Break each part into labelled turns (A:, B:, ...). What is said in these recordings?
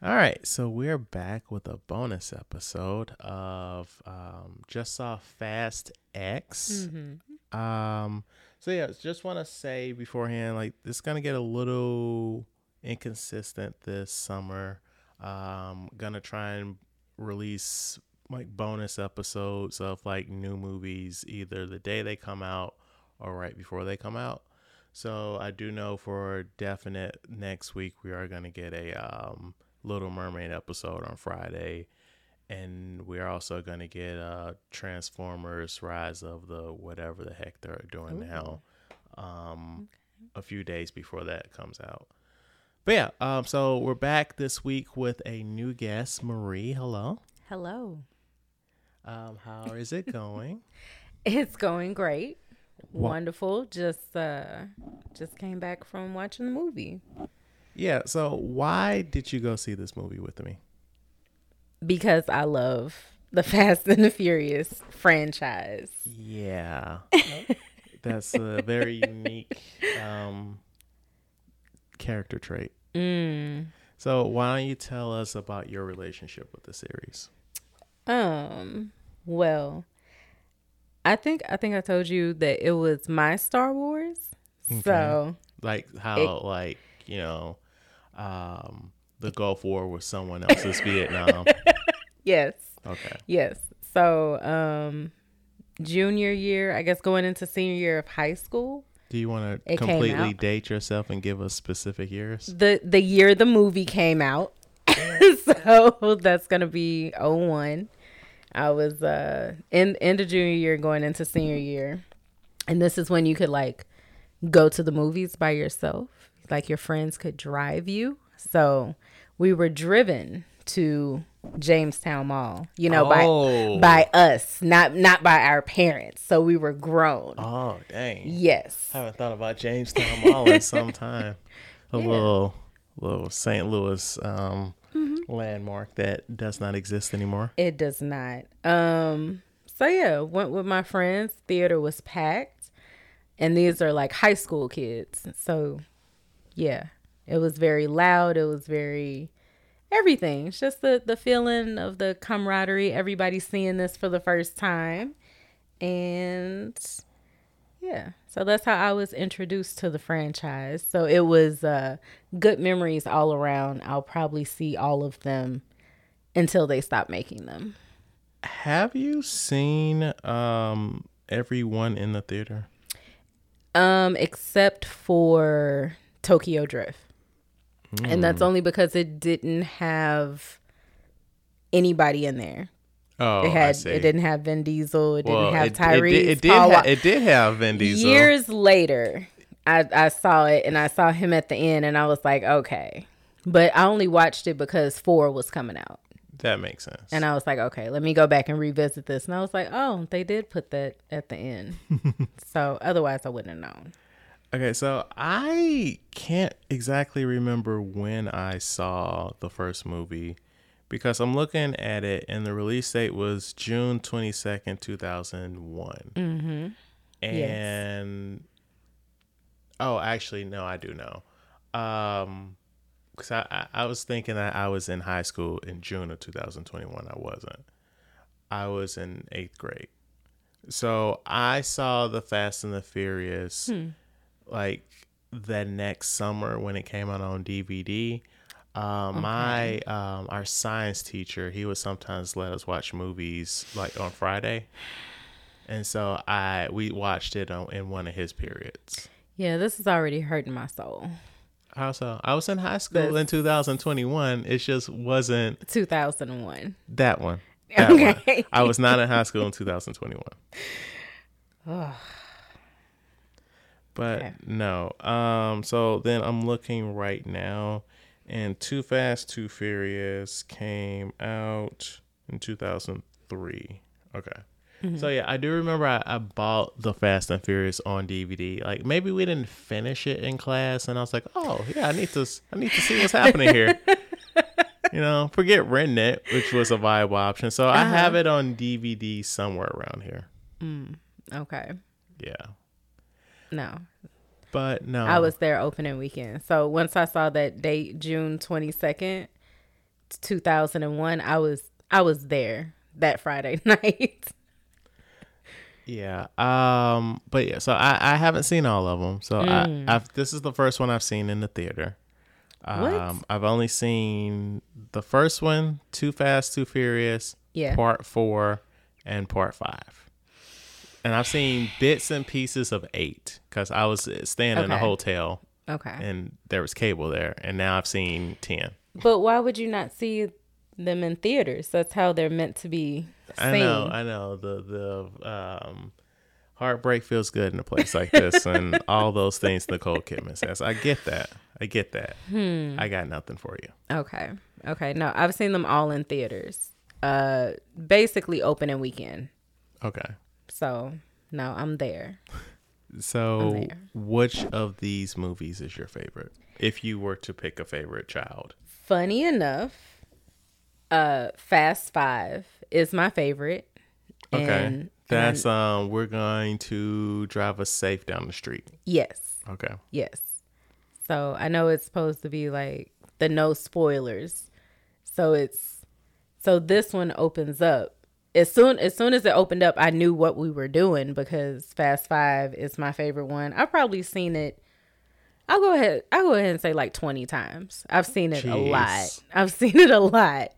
A: All right, so we're back with a bonus episode of um, just saw Fast X.
B: Mm-hmm.
A: Um, so yeah, just want to say beforehand, like this is gonna get a little inconsistent this summer. Um, gonna try and release like bonus episodes of like new movies either the day they come out or right before they come out. So I do know for definite next week we are gonna get a um, Little Mermaid episode on Friday, and we're also gonna get uh, Transformers: Rise of the whatever the heck they're doing now, um, a few days before that comes out. But yeah, um, so we're back this week with a new guest, Marie. Hello.
B: Hello.
A: Um, how is it going?
B: It's going great. Wonderful. Just uh just came back from watching the movie
A: yeah. So why did you go see this movie with me?
B: because I love the Fast and the Furious franchise.
A: Yeah. That's a very unique um, character trait. So, why don't you tell us about your relationship with the series?
B: Um, well, I think I think I told you that it was my Star Wars. So,
A: Like, how, like, you know, um, the Gulf War was someone else's Vietnam.
B: yes.
A: Okay.
B: Yes. So, um junior year, I guess going into senior year of high school,
A: Do you want to
B: It came
A: completely
B: out.
A: date yourself and give us specific years?
B: the the year the movie came out. so that's gonna be 01. I was uh in end of junior year going into senior year. And this is when you could like go to the movies by yourself. Like your friends could drive you. So we were driven to Jamestown Mall, you know,
A: Oh.
B: by by us, not not by our parents. So we were grown.
A: Oh, dang.
B: Yes.
A: I haven't thought about Jamestown Mall in some time. A little, little St. Louis um,
B: Mm-hmm.
A: landmark that does not exist anymore.
B: It does not. Um so yeah, went with my friends. Theater was packed. And these are like high school kids. So yeah. It was very loud. It was very everything. It's just the the feeling of the camaraderie, everybody seeing this for the first time. And yeah. So that's how I was introduced to the franchise. So it was uh good memories all around. I'll probably see all of them until they stop making them.
A: Have you seen um, everyone in the theater?
B: Um, except for Tokyo Drift.
A: Mm.
B: And that's only because it didn't have anybody in there.
A: Oh,
B: It had it didn't have Vin Diesel, it didn't have
A: It,
B: Tyrese.
A: did, it, did
B: Paul
A: ha-
B: Wa-
A: it did have Vin Diesel.
B: Years later, I, I saw it and I saw him at the end and I was like, okay. But I only watched it because four was coming out.
A: That makes sense.
B: And I was like, okay, let me go back and revisit this. And I was like, oh, they did put that at the end. so otherwise I wouldn't have known.
A: okay, so I can't exactly remember when I saw the first movie because I'm looking at it and the release date was June 22nd, 2001. Mm-hmm. And oh, actually, no, I do know. Um, because I, I, I was thinking that I was in high school in June of 2021. I wasn't. I was in eighth grade. So I saw the Fast and the Furious like the next summer when it came out on DVD. Um, My um, our science teacher he would sometimes let us watch movies like on Friday, and so I we watched it on, in one of his periods.
B: Yeah, this is already hurting my soul.
A: Also, I was in high school in 2021. It just wasn't
B: 2001.
A: that one. That one.
B: Okay.
A: I was not in high school in 2021. but no. Um. So then I'm looking right now, and Too Fast, Too Furious came out in 2003. Okay. So yeah, I do remember I, I bought the Fast and Furious on DVD. Like maybe we didn't finish it in class, and I was like, oh yeah, I need to s- I need to see what's happening here. You know, forget renting it, which was a viable option. So
B: Uh-huh.
A: I have it on DVD somewhere around here.
B: Okay.
A: Yeah.
B: No,
A: But no.
B: I was there opening weekend. So once I saw that date, June 22nd, 2001, I was I was there that Friday night.
A: Yeah. Um. But yeah. So I I haven't seen all of them. So
B: Hmm.
A: I I've, this is the first one I've seen in the theater.
B: What?
A: Um. I've only seen the first one, Too Fast, Too Furious,
B: Yeah.
A: Part Four, and Part Five. And I've seen bits and pieces of eight because I was staying in a
B: Okay.
A: hotel
B: okay.
A: and there was cable there, and now I've seen ten.
B: But why would you not see them in theaters? That's how they're meant to be seen.
A: I know, I know. The the um, heartbreak feels good in a place like this, and all those things Nicole Kidman says. I get that. I get that. I got nothing for you.
B: Okay. Okay. No, I've seen them all in theaters. Uh basically opening weekend.
A: Okay.
B: So, no, I'm there.
A: So,
B: there.
A: which of these movies is your favorite? If you were to pick a favorite child,
B: Funny enough, uh Fast 5 is my favorite.
A: okay,
B: And-
A: that's um, we're going to drive us safe down the street.
B: Yes.
A: Okay,
B: Yes. So, I know it's supposed to be like the no spoilers. So, it's so this one opens up as soon as soon as it opened up, I knew what we were doing because Fast Five is my favorite one. I've probably seen it. I'll go ahead. I'll go ahead and say like twenty times. I've seen it a
A: Jeez.
B: lot. I've seen it a lot.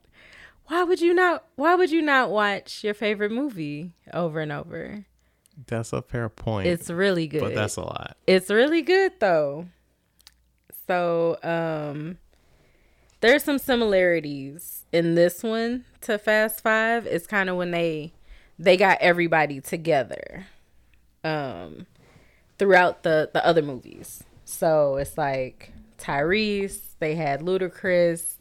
B: Why would you not? Why would you not watch your favorite movie over and over?
A: that's a fair point,
B: It's really good.
A: but that's a lot.
B: It's really good though. So, um there's some similarities in this one to Fast 5. It's kind of when they they got everybody together um throughout the the other movies. So, it's like Tyrese, they had Ludacris,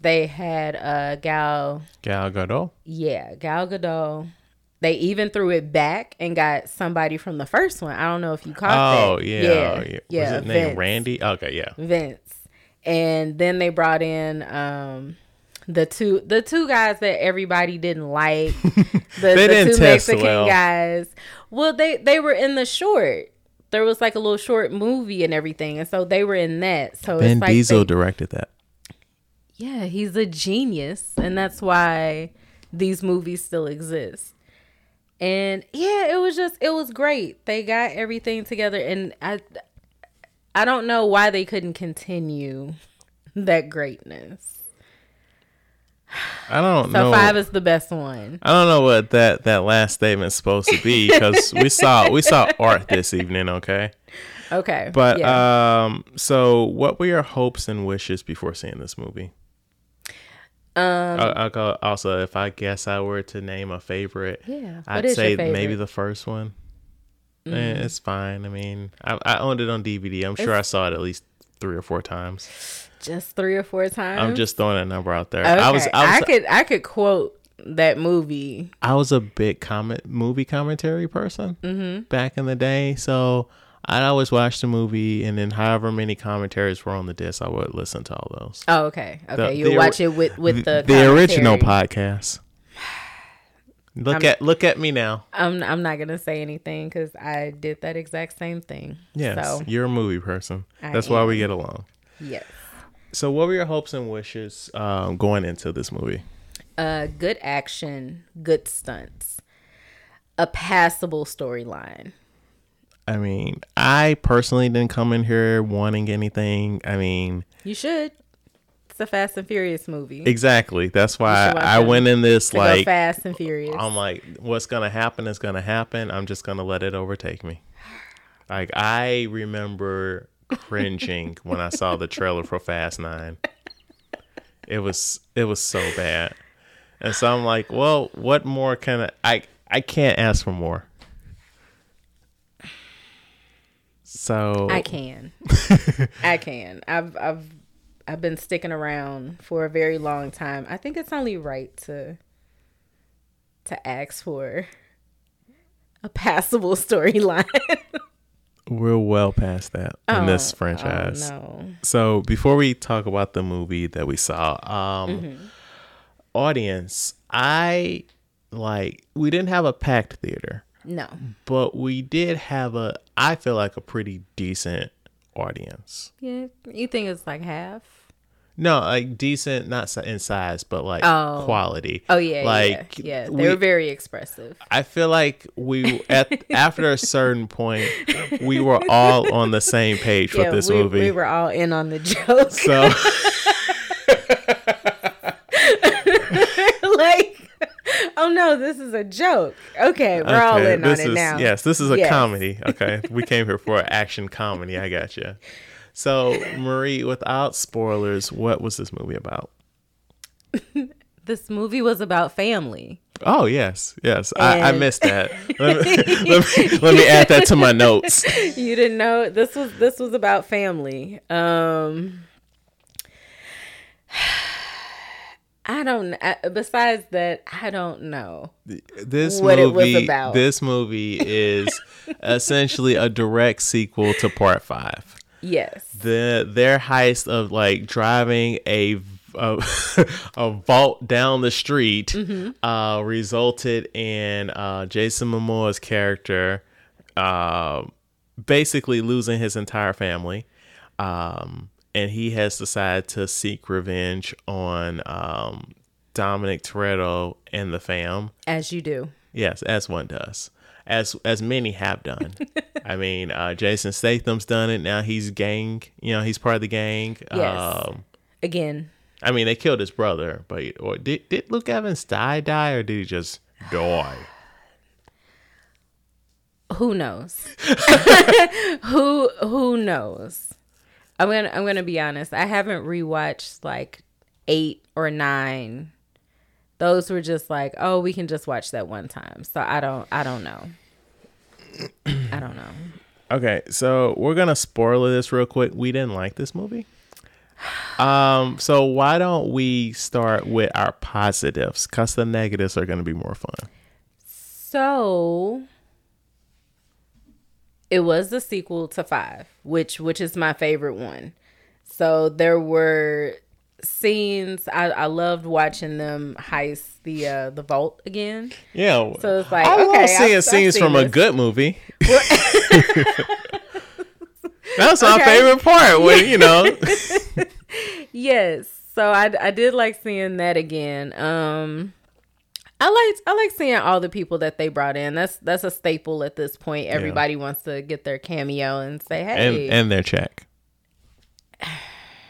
B: they had uh Gal
A: Gal Gadot.
B: yeah, Gal Gadot. They even threw it back and got somebody from the first one. I don't know if you caught
A: Oh
B: that.
A: yeah, oh, yeah. Was it named
B: Vince.
A: Randy? Okay, yeah.
B: Vince. And then they brought in um the two the two guys that everybody didn't like. The, the
A: didn't
B: two
A: test
B: Mexican
A: well.
B: guys. Well, they they were in the short. There was like a little short movie and everything, and so they were in that. So
A: Ben
B: it's like
A: Diesel
B: they-
A: directed that.
B: yeah, he's a genius, and that's why these movies still exist. And yeah, it was just it was great. They got everything together and I I don't know why they couldn't continue that greatness.
A: I don't
B: So
A: know.
B: 5 is the best one.
A: I don't know what that that last statement's supposed to be because we saw we saw art this evening, okay?
B: Okay.
A: But
B: yeah.
A: um, so what were your hopes and wishes before seeing this movie? Um, I, I'll go, also, if I guess I were to name a favorite,
B: Yeah, what
A: I'd
B: is your
A: say maybe
B: favorite? Mm.
A: the first one. Eh, it's fine. I mean, I, I owned it on DVD. I'm sure I saw it at least three or four times.
B: just 3 or 4 times.
A: I'm just throwing a number out there.
B: okay.
A: I was I was
B: could I could quote that movie.
A: I was a big comment movie commentary person
B: Mm-hmm.
A: back in the day, so I'd always watch the movie, and then however many commentaries were on the disc, I would listen to all those.
B: Oh, okay. Okay. you
A: the-
B: watch it with with the
A: original
B: commentary.
A: podcast. Look at look at me now.
B: I'm I'm not gonna say anything because I did that exact same thing.
A: Yes,
B: So
A: you're a movie person.
B: I
A: That's why
B: am.
A: we get along.
B: yes.
A: So, what were your hopes and wishes um, going into this movie?
B: Uh, good action, good stunts, a passable storyline.
A: I mean, I personally didn't come in here wanting anything. I mean,
B: You should. It's a Fast and Furious movie.
A: exactly. That's why
B: should watch
A: I
B: it.
A: went in this
B: to go
A: like
B: Fast and Furious.
A: I'm like, what's gonna happen is gonna happen. I'm just gonna let it overtake me. Like I remember cringing when I saw the trailer for Fast Nine. It was it was so bad, and so I'm like, well, what more can I? I, I can't ask for more. So
B: I can. I can. I've I've I've been sticking around for a very long time. I think it's only right to to ask for a passable storyline.
A: we're well past that in this franchise.
B: Oh, no.
A: So before we talk about the movie that we saw, um
B: Mm-hmm.
A: audience, I like we didn't have a packed theater,
B: No.
A: but we did have a I feel like a pretty decent audience.
B: Yeah, you think it's like half?
A: No, like decent, not si- in size, but like
B: Oh.
A: quality.
B: Oh yeah,
A: Like,
B: yeah, yeah. They
A: we-
B: were very expressive.
A: I feel like we at after a certain point, we were all on the same page
B: Yeah,
A: with this
B: we,
A: movie.
B: we were all in on the joke.
A: so
B: like, oh no, this is a joke. Okay, we're all
A: okay,
B: in on
A: this
B: it
A: is-
B: now.
A: Yes, this is a
B: Yes.
A: comedy. Okay, we came here for an action comedy. I got you. So Marie, without spoilers, what was this movie about?
B: This movie was about family.
A: Oh yes, yes, I, I
B: And-
A: missed that. Let me, let me let me add that to my notes.
B: you didn't know it. this was this was about family. Um I don't I, besides that I don't know.
A: This
B: What it was
A: movie,
B: about.
A: this movie is essentially a direct sequel to Part Five.
B: Yes.
A: the their heist of like driving a a, a vault down the street uh, resulted in uh, Jason Momoa's character uh, basically losing his entire family, um, and he has decided to seek revenge on um, Dominic Toretto and the fam.
B: As you do.
A: Yes, as one does, as as many have done. I mean, uh, Jason Statham's done it. Now he's gang. You know, he's part of the gang.
B: Yes.
A: Um,
B: Again.
A: I mean, they killed his brother, but or did did Luke Evans die? Die or did he just die?
B: Who knows? who who knows? I'm gonna I'm gonna be honest. I haven't rewatched like eight or nine. Those were just like, oh, we can just watch that one time. So I don't I don't know. I don't know.
A: Okay, so we're gonna spoiler this real quick. We didn't like this movie. Um, so why don't we start with our positives? Cause the negatives are gonna be more fun.
B: So it was the sequel to 5, which which is my favorite one. So there were scenes I I loved watching them heist the uh the vault again.
A: Yeah.
B: So it's like
A: I
B: okay,
A: love seeing
B: I've- I've
A: scenes
B: seen
A: from a
B: this.
A: good movie. That's my
B: Okay.
A: favorite part when you know.
B: Yes. So I I did like seeing that again. Um I liked I like seeing all the people that they brought in. That's that's a staple at this point. Everybody wants to get their cameo and say, "Hey."
A: and and their check.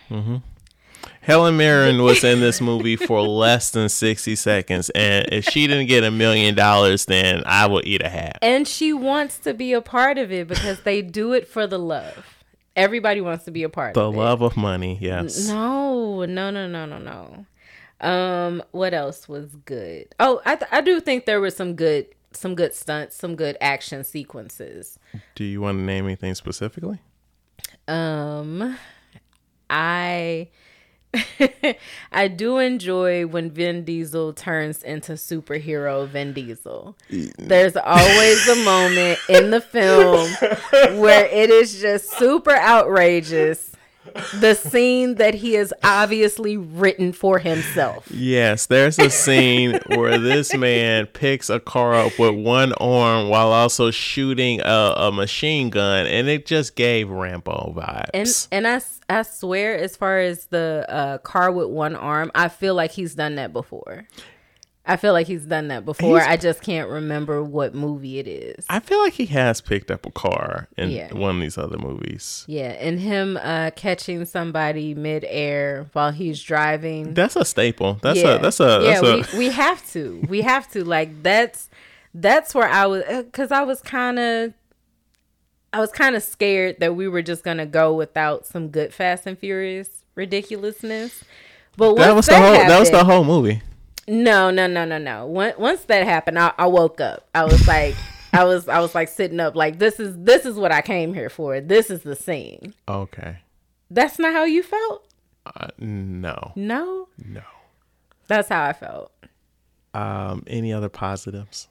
A: hmm Helen Mirren was in this movie for less than sixty seconds, and if she didn't get a million dollars, then I will eat a hat.
B: And she wants to be a part of it because they do it for the love. Everybody wants to be a part
A: The
B: of it.
A: love of money, yes.
B: No, no, no, no, no, no. Um, what else was good? Oh, I th- I do think there were some good some good stunts, some good action sequences.
A: Do you want to name anything specifically?
B: Um, I I do enjoy when Vin Diesel turns into superhero Vin Diesel. There's always a moment in the film where it is just super outrageous. The scene that he has obviously written for himself.
A: Yes, there's a scene where this man picks a car up with one arm while also shooting a, a machine gun, and it just gave Rambo vibes.
B: And and I, s- I swear, as far as the uh, car with one arm, I feel like he's done that before. I feel like he's done that before.
A: He's-
B: I just can't remember what movie it is.
A: I feel like he has picked up a car in
B: Yeah.
A: one of these other movies.
B: Yeah, and him uh, catching somebody midair while he's driving.
A: That's a staple. That's
B: yeah.
A: a that's a
B: yeah.
A: that's a
B: we, we have to. We have to. Like that's that's where I was because I was kind of. I was kind of scared that we were just gonna go without some good Fast and Furious ridiculousness, but
A: that was
B: once
A: the whole that was
B: happened-
A: the whole movie.
B: No, no, no, no, no. Once once that happened, I, I woke up. I was like, I was, I was like sitting up, like this is this is what I came here for. This is the scene.
A: Okay.
B: That's not how you felt.
A: Uh, no.
B: No,
A: No.
B: that's how I felt.
A: Um any other positives?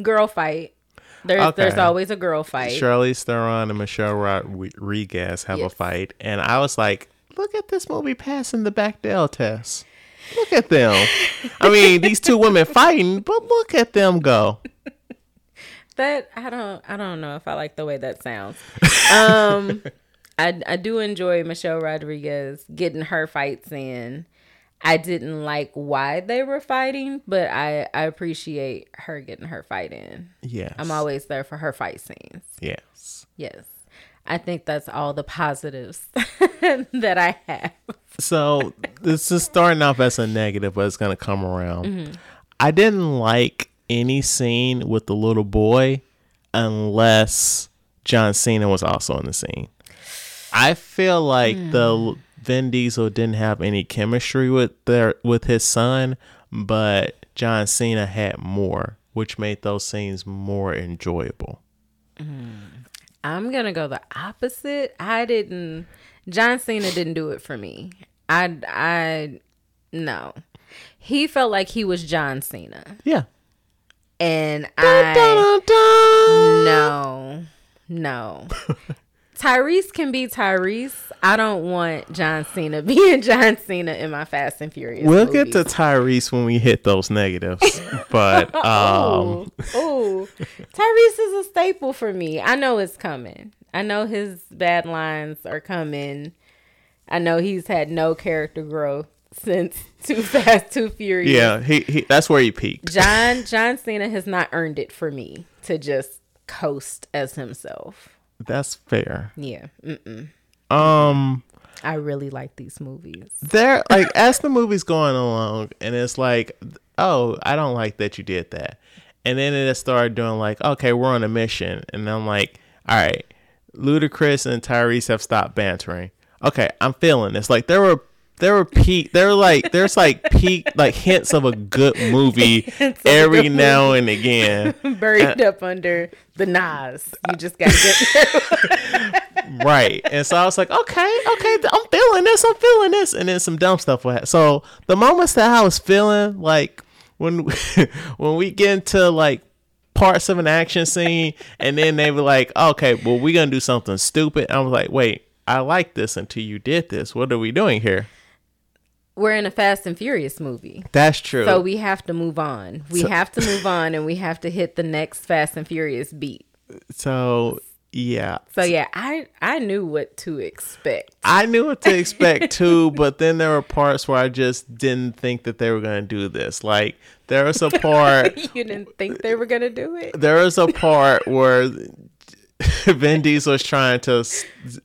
B: Girl fight. There's
A: Okay.
B: there's always a girl fight.
A: Charlize Theron and Michelle Rodriguez have
B: Yes.
A: a fight and I was like, look at this movie passing the Bechdel test. Look at them. I mean, these two women fighting, but look at them go.
B: That I don't I don't know if I like the way that sounds. Um, I I do enjoy Michelle Rodriguez getting her fights in. I didn't like why they were fighting, but I I appreciate her getting her fight in.
A: Yes.
B: I'm always there for her fight scenes.
A: Yes.
B: Yes. I think that's all the positives that I have.
A: So this is starting off as a negative, but it's gonna come around. I didn't like any scene with the little boy unless John Cena was also in the scene. I feel like the Vin Diesel didn't have any chemistry with their with his son, but John Cena had more, which made those scenes more enjoyable.
B: I'm gonna go the opposite. I didn't. John Cena didn't do it for me. I I no. He felt like he was John Cena,
A: Yeah.
B: and I no no. Tyrese can be Tyrese. I don't want John Cena being John Cena in my Fast and Furious.
A: We'll get
B: movies.
A: to Tyrese when we hit those negatives, but um,
B: oh, Tyrese is a staple for me. I know it's coming. I know his bad lines are coming. I know he's had no character growth since Too Fast, Too Furious.
A: yeah, he, he that's where he peaked.
B: John John Cena has not earned it for me to just coast as himself.
A: That's fair.
B: Yeah, Mm-mm.
A: Um,
B: I really like these movies.
A: there like as the movie's going along, and it's like, oh, I don't like that you did that, and then it started doing like, okay, we're on a mission, and I'm like, all right, Ludacris and Tyrese have stopped bantering. Okay, I'm feeling this. Like there were. There were peak. There were like there's like peak like hints of a good movie
B: Hints of a
A: every
B: good
A: now and again.
B: Buried up under the Nas. You just gotta get.
A: right. And so I was like, okay, okay, th- I'm feeling this, I'm feeling this, and then some dumb stuff would happen. So the moments that I was feeling like when when we get into like parts of an action scene, and then they were like, okay, well we're gonna do something stupid. I was like, wait, I like this until you did this. What are we doing here?
B: We're in a Fast and Furious movie.
A: That's true.
B: So we have to move on. We have to move on and we have to hit the next Fast and Furious beat.
A: so yeah,
B: So yeah, I I knew what to expect.
A: I knew what to expect too, but then there were parts where I just didn't think that they were gonna do this. Like there was a part
B: You didn't think they were going to do it?
A: there is a part where Vin Diesel is trying to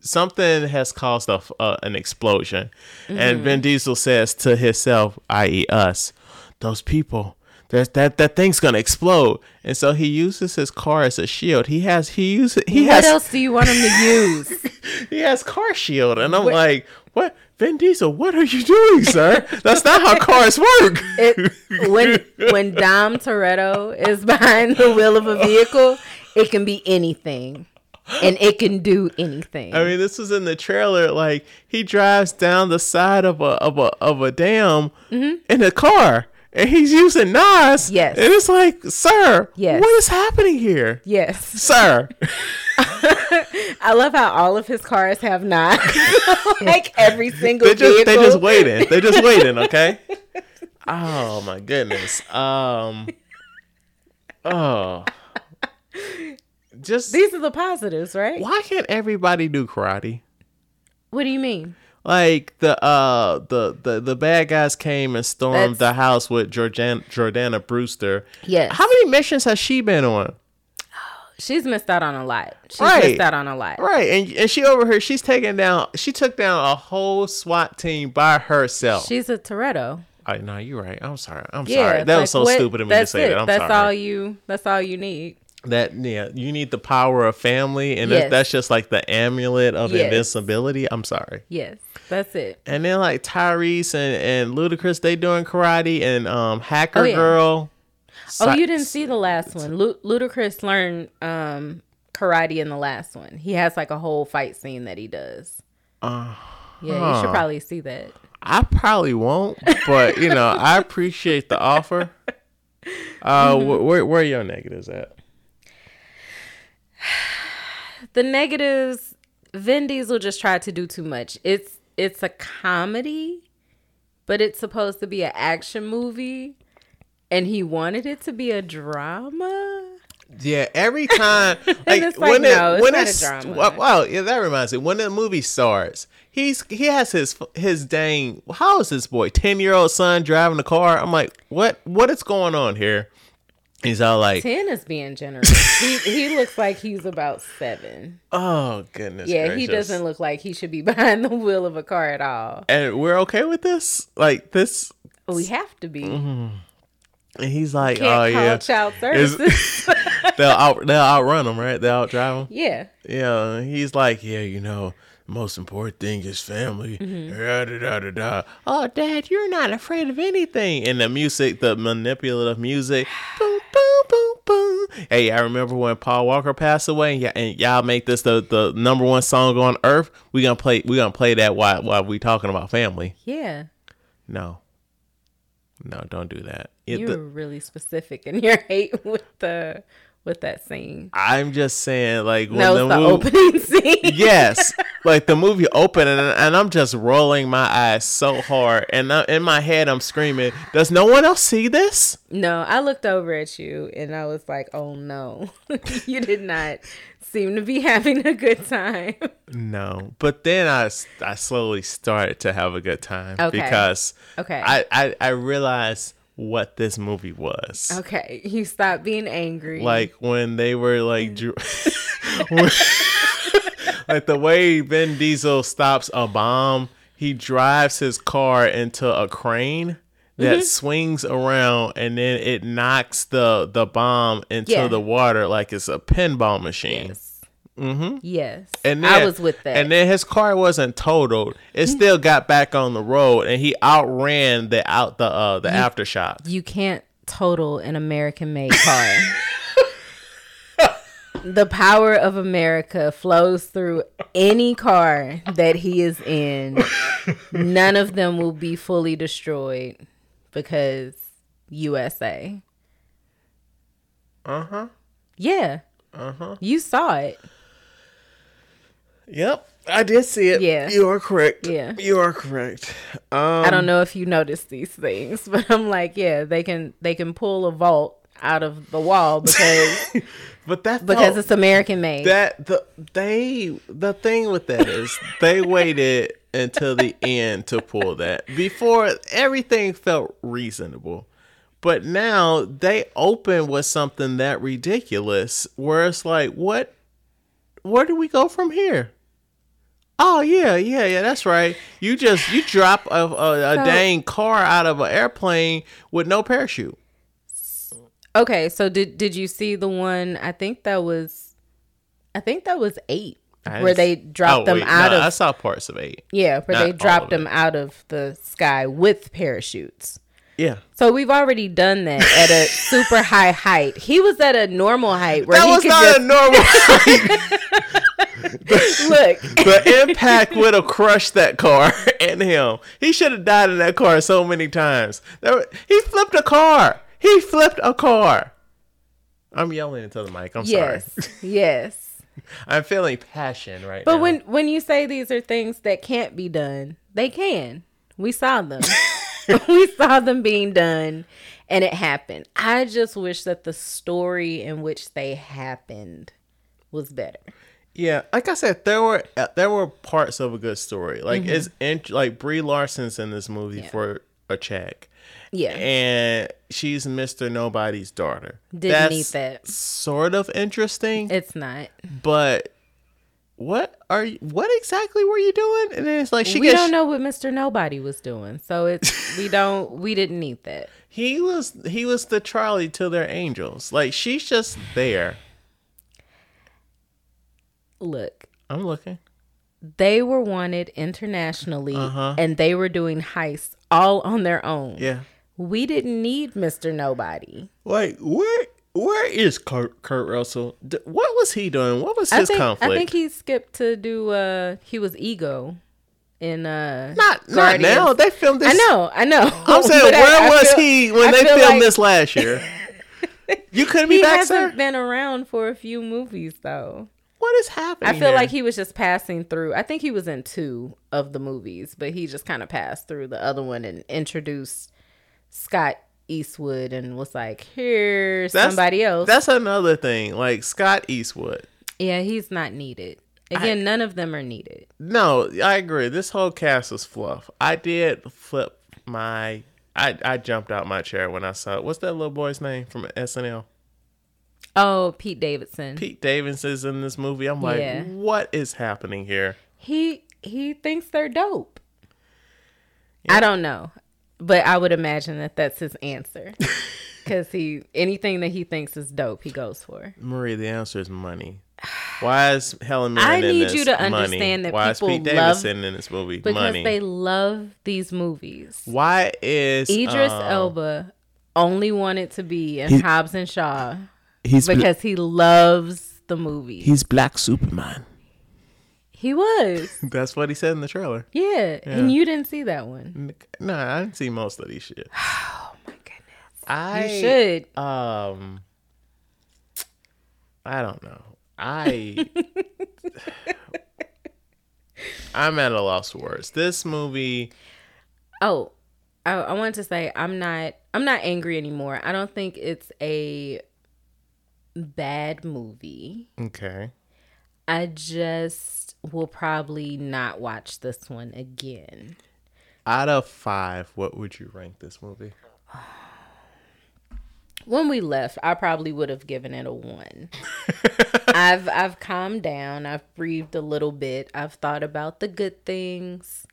A: something has caused a, uh, an explosion, and
B: Mm-hmm.
A: Vin Diesel says to himself, i.e., us, those people. That, that that thing's gonna explode, and so he uses his car as a shield. He has he uses he
B: What
A: has
B: else do you want them to use?
A: he has car shield, and I'm like, what? Vin Diesel, what are you doing, sir? That's not how cars work.
B: It, when when Dom Toretto is behind the wheel of a vehicle, it can be anything. And it can do anything.
A: I mean, this was in the trailer. Like he drives down the side of a of a of a dam in a car, and he's using knives.
B: Mm-hmm. Yes.
A: and it's like, sir,
B: Yes.
A: what is happening here,
B: yes.
A: sir?
B: I love how all of his cars have knives. like every single
A: they just they
B: vehicle.
A: just waiting. They just waiting. Okay. oh my goodness. Um. Oh. Just
B: These are the positives, right?
A: why can't everybody do karate?
B: What do you mean?
A: Like the uh the the, the bad guys came and stormed
B: That's-
A: the house with Jordan Jordana Brewster.
B: Yes.
A: How many missions has she been on?
B: She's missed out on a lot. She's
A: Right.
B: missed out on a lot.
A: Right, and and she over here. She's taking down. She took down a whole SWAT team by herself.
B: She's a Toretto.
A: I no, you're right. I'm sorry. I'm
B: Yeah,
A: sorry.
B: it's
A: That
B: like,
A: was so
B: what-
A: stupid of me to
B: that's
A: say
B: it.
A: that. I'm
B: that's
A: sorry.
B: all you. That's all you need.
A: that yeah, you need the power of family, and that,
B: Yes.
A: that's just like the amulet of
B: Yes.
A: invincibility. I'm sorry.
B: Yes, that's it.
A: And then like Tyrese and, and Ludacris, they doing karate and um Hacker
B: Oh, yeah.
A: Girl.
B: oh,
A: Cy-
B: you didn't see the last one. Lu- Ludacris learned um, karate in the last one. He has like a whole fight scene that he does.
A: Uh,
B: yeah, you should probably see that.
A: I probably won't, but you know I appreciate the offer. Uh,
B: Mm-hmm.
A: wh- where where are your negatives at?
B: The negatives. Vin Diesel just tried to do too much. It's it's a comedy, but it's supposed to be an action movie, and he wanted it to be a drama.
A: Yeah, every time, like,
B: it's like,
A: when it,
B: no, it's
A: when
B: not a
A: it's
B: drama.
A: wow, wow, yeah, that reminds me. When the movie starts, he's he has his his dang how is this boy ten year old son driving the car? I'm like, what what is going on here? He's all like,
B: Ten is being generous. he he looks like he's about seven.
A: oh goodness,
B: yeah, he
A: gracious.
B: doesn't look like he should be behind the wheel of a car at all.
A: And we're okay with this, like this.
B: We have to be.
A: And he's like,
B: Can't
A: Mm-hmm. oh
B: call
A: yeah,
B: child
A: It's-
B: services.
A: they'll out they'll outrun him, right? They'll outdrive him.
B: yeah.
A: Yeah, he's like, yeah, you know, the most important thing is family.
B: Mm-hmm.
A: Da, da, da, da, da. Oh, Dad, you're not afraid of anything. And the music, the manipulative music. boom, boom, boom, boom. Hey, I remember when Paul Walker passed away, and, y- and y'all make this the, the number one song on earth. We gonna play we gonna play that while while we talking about family.
B: Yeah.
A: No, no, don't do that. It-
B: You
A: the-
B: were really specific in your hate with the with that scene.
A: I'm just saying, like when the
B: No, it's the
A: movie,
B: opening scene.
A: yes like the movie opened and, and i'm just rolling my eyes so hard and I, in my head i'm screaming does no one else see this
B: No, I looked over at you and I was like, "Oh no, you did not seem to be having a good time."
A: no but then i, s- I slowly started to have a good time
B: Okay.
A: because
B: Okay.
A: I, I i realized what this movie was
B: okay, you stopped being angry.
A: like when they were like dr- when- like the way ben diesel stops a bomb he drives his car into a crane that
B: Mm-hmm.
A: swings around and then it knocks the the bomb into
B: Yeah.
A: the water like it's a pinball machine
B: yes, mm-hmm. yes,
A: and
B: I
A: then-
B: was with that. Mm-hmm.
A: And then his car wasn't totaled; it still got back on the road, and he outran the out the uh,
B: Mm-hmm.
A: the aftershock.
B: you can't total an American-made car. the power of America flows through any car that he is in. None of them will be fully destroyed because USA.
A: Uh huh.
B: Yeah. Uh-huh. You saw it.
A: Yep, I did see it.
B: Yeah.
A: you are correct.
B: Yeah.
A: you are correct.
B: I don't know if you noticed these things, but I'm like, yeah, they can they can pull a vault out of the wall because
A: But that
B: because
A: felt-
B: it's American made.
A: that the they the thing with that is they waited until the end to pull that before everything felt reasonable. But now they open with something that ridiculous where it's like, what where do we go from here? Oh yeah, yeah, yeah. That's right. You just you drop a a, a
B: So-
A: dang car out of an airplane with no parachute.
B: okay, so did did you see the one I think that was I think that was 8
A: I
B: where
A: didn't
B: they
A: s-
B: dropped
A: Oh,
B: them
A: wait,
B: out
A: nah, I
B: of
A: saw parts of eight.
B: yeah, where
A: not
B: they
A: all
B: dropped
A: of
B: them out of the sky with parachutes.
A: Yeah.
B: So we've already done that at a super high height. He was at a normal height where
A: That
B: he
A: was
B: could
A: not a normal
B: just look.
A: the impact would have crushed that car and him. He should have died in that car so many times. There, were- he flipped a car. He flipped a car. I'm yelling into the mic. I'm
B: Yes.
A: sorry.
B: Yes.
A: I'm feeling passion right
B: But
A: now.
B: when when you say these are things that can't be done, they can. We saw them. we saw them being done and it happened. I just wish that the story in which they happened was better.
A: yeah, like I said, there were uh, there were parts of a good story. Like it's int- like Brie Larson's in this movie for a check,
B: Yeah.
A: and she's Mister Nobody's daughter.
B: Didn't need that.
A: Sort of interesting.
B: It's not.
A: but what are you what exactly were you doing and then it's like she
B: we
A: gets
B: don't know what Mr. Nobody was doing. So it's we don't we didn't need that.
A: he was he was the charlie to their angels like she's just there
B: Look,
A: i'm looking
B: they were wanted internationally and they were doing heists all on their own.
A: Uh-huh. yeah
B: We didn't need Mr. Nobody.
A: like where where is kurt, kurt russell D- what was he doing what was his
B: I think,
A: conflict
B: I think he skipped to do uh he was ego in uh
A: not not
B: Guardians.
A: now they filmed this
B: I know, I know.
A: i'm saying
B: But I-
A: where
B: I
A: was
B: feel-
A: he when
B: I
A: they
B: feel
A: filmed
B: like
A: this last year you couldn't be
B: He
A: back
B: hasn't
A: sir
B: been around for a few movies though.
A: what is happening
B: I feel
A: here?
B: like he was just passing through. I think he was in two of the movies, but he just kind of passed through the other one and introduced Scott Eastwood and was like, here's somebody else.
A: That's another thing. Like Scott Eastwood.
B: yeah, he's not needed. Again, none of them are needed.
A: No, I agree. This whole cast is fluff. I did flip my. I, I jumped out my chair when I saw it. What's that little boy's name from SNL?
B: Oh, Pete Davidson.
A: Pete Davidson's in this movie. I'm like,
B: Yeah.
A: what is happening here?
B: He he thinks they're dope. I don't know, but I would imagine that that's his answer. Cuz he anything that he thinks is dope, he goes for.
A: Marie, the answer is money. Why is Helen Mirren
B: I
A: in
B: need
A: this?
B: you to
A: Money.
B: understand that
A: Why
B: people
A: is Pete
B: love-
A: Davidson in this movie?
B: Because
A: Money.
B: they love these movies.
A: Why is
B: Idris
A: um,
B: Elba only wanted to be in Hobbs and Shaw
A: He's
B: because he loves the movie.
A: he's Black Superman.
B: He was.
A: That's what he said in the trailer.
B: Yeah. And you didn't see that one.
A: N- No, I didn't see most of these shit.
B: Oh My goodness.
A: I
B: You should.
A: um I don't know. I I'm at a loss for words. This movie
B: Oh, I, I wanted to say I'm not I'm not angry anymore. I don't think it's a bad movie.
A: Okay.
B: I just will probably not watch this one again.
A: Out of five, what would you rank this movie?
B: When we left, I probably would have given it a one. I've I've calmed down. I've breathed a little bit. I've thought about the good things,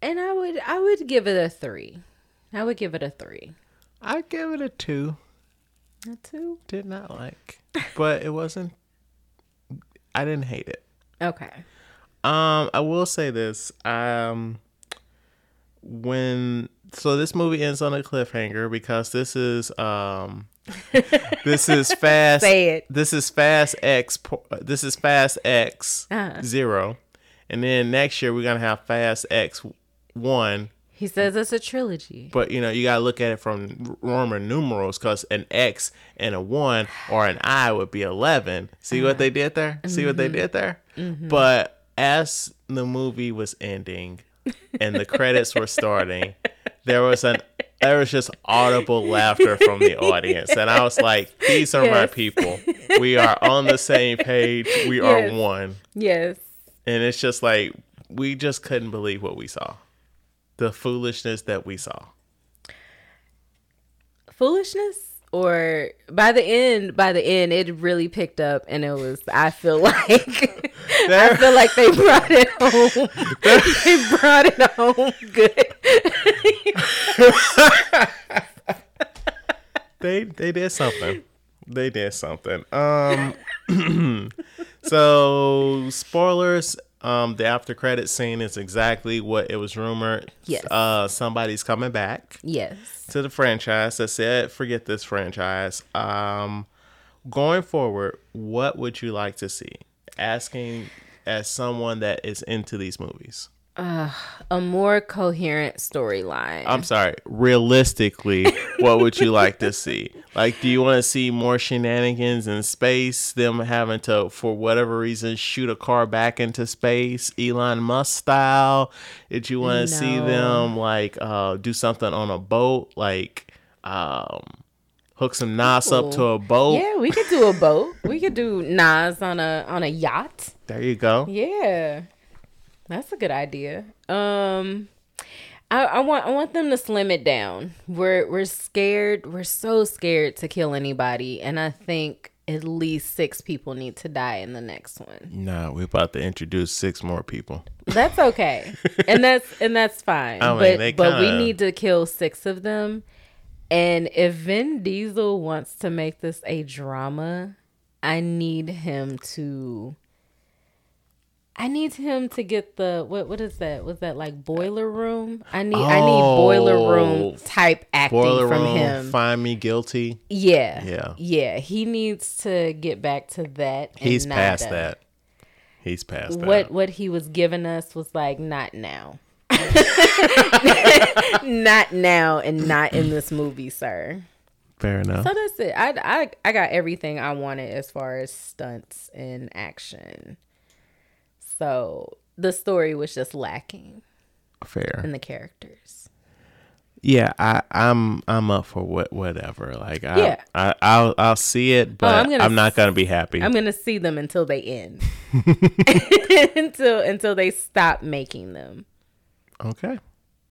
B: and I would I would give it a three. I would give it a three.
A: I give it a two.
B: A two.
A: Did not like. But it wasn't I didn't hate it.
B: Okay.
A: Um, I will say this. Um, when so this movie ends on a cliffhanger because this is um, this is fast.
B: Say it.
A: This is fast X. po- This is fast X
B: Uh-huh.
A: zero, and then next year we're gonna have fast X one.
B: He says it's a trilogy.
A: But you know you gotta look at it from Roman numerals because an X and a one or an I would be eleven. See what they did there? See what
B: Mm-hmm.
A: they did there? But as the movie was ending and the credits were starting, there was an there was just audible laughter from the audience, and I was like, "These are my
B: Yes.
A: people. We are on the same page. We
B: Yes.
A: are one."
B: Yes.
A: And it's just like we just couldn't believe what we saw, the foolishness that we saw.
B: foolishness or by the end by the end it really picked up and it was i feel like i
A: There-
B: feel like they brought it home they brought it home good
A: they they did something. They did something. Um so spoilers, um the after credit scene is exactly what it was rumored.
B: Yes.
A: Uh somebody's coming back
B: yes
A: to the franchise that said forget this franchise. Um going forward, what would you like to see? Asking as someone that is into these movies.
B: a more coherent storyline
A: I'm sorry. Realistically, what would you like to see? Like, do you want to see more shenanigans in space? Them having to, for whatever reason, shoot a car back into space, Elon Musk style? Did you want to see
B: No.
A: them like uh, do something on a boat, like um, hook some Nas up to a boat?
B: yeah we could do a boat we could do nas on a on a yacht
A: There you go.
B: Yeah, that's a good idea. Um, I, I want I want them to slim it down. We're we're scared. We're so scared to kill anybody, and I think at least six people need to die in the next one.
A: No, we're about to introduce six more people.
B: That's okay, and that's and that's fine.
A: I mean,
B: but
A: they
B: but we
A: kinda-
B: need to kill six of them. And if Vin Diesel wants to make this a drama, I need him to. I need him to get the what? What is that? Was that like boiler room? I need I need boiler room
A: Oh,
B: type acting
A: Boiler
B: from
A: room,
B: him.
A: find me guilty.
B: yeah,
A: Yeah.
B: yeah. He needs to get back to that. and
A: He's
B: not
A: past that.
B: that.
A: He's past that.
B: what what he was giving us was like not now not now and not in this movie sir
A: Fair enough.
B: so Oh, that's it I, I i got everything i wanted as far as stunts and action so the story was just lacking
A: Fair.
B: in the characters
A: Yeah, I, I'm I'm up for what whatever. Like I,
B: Yeah. Oh,
A: I I'll I'll see it, but
B: I'm
A: I'm,
B: gonna
A: not gonna be happy.
B: I'm gonna see them until they end, until until they stop making them.
A: okay.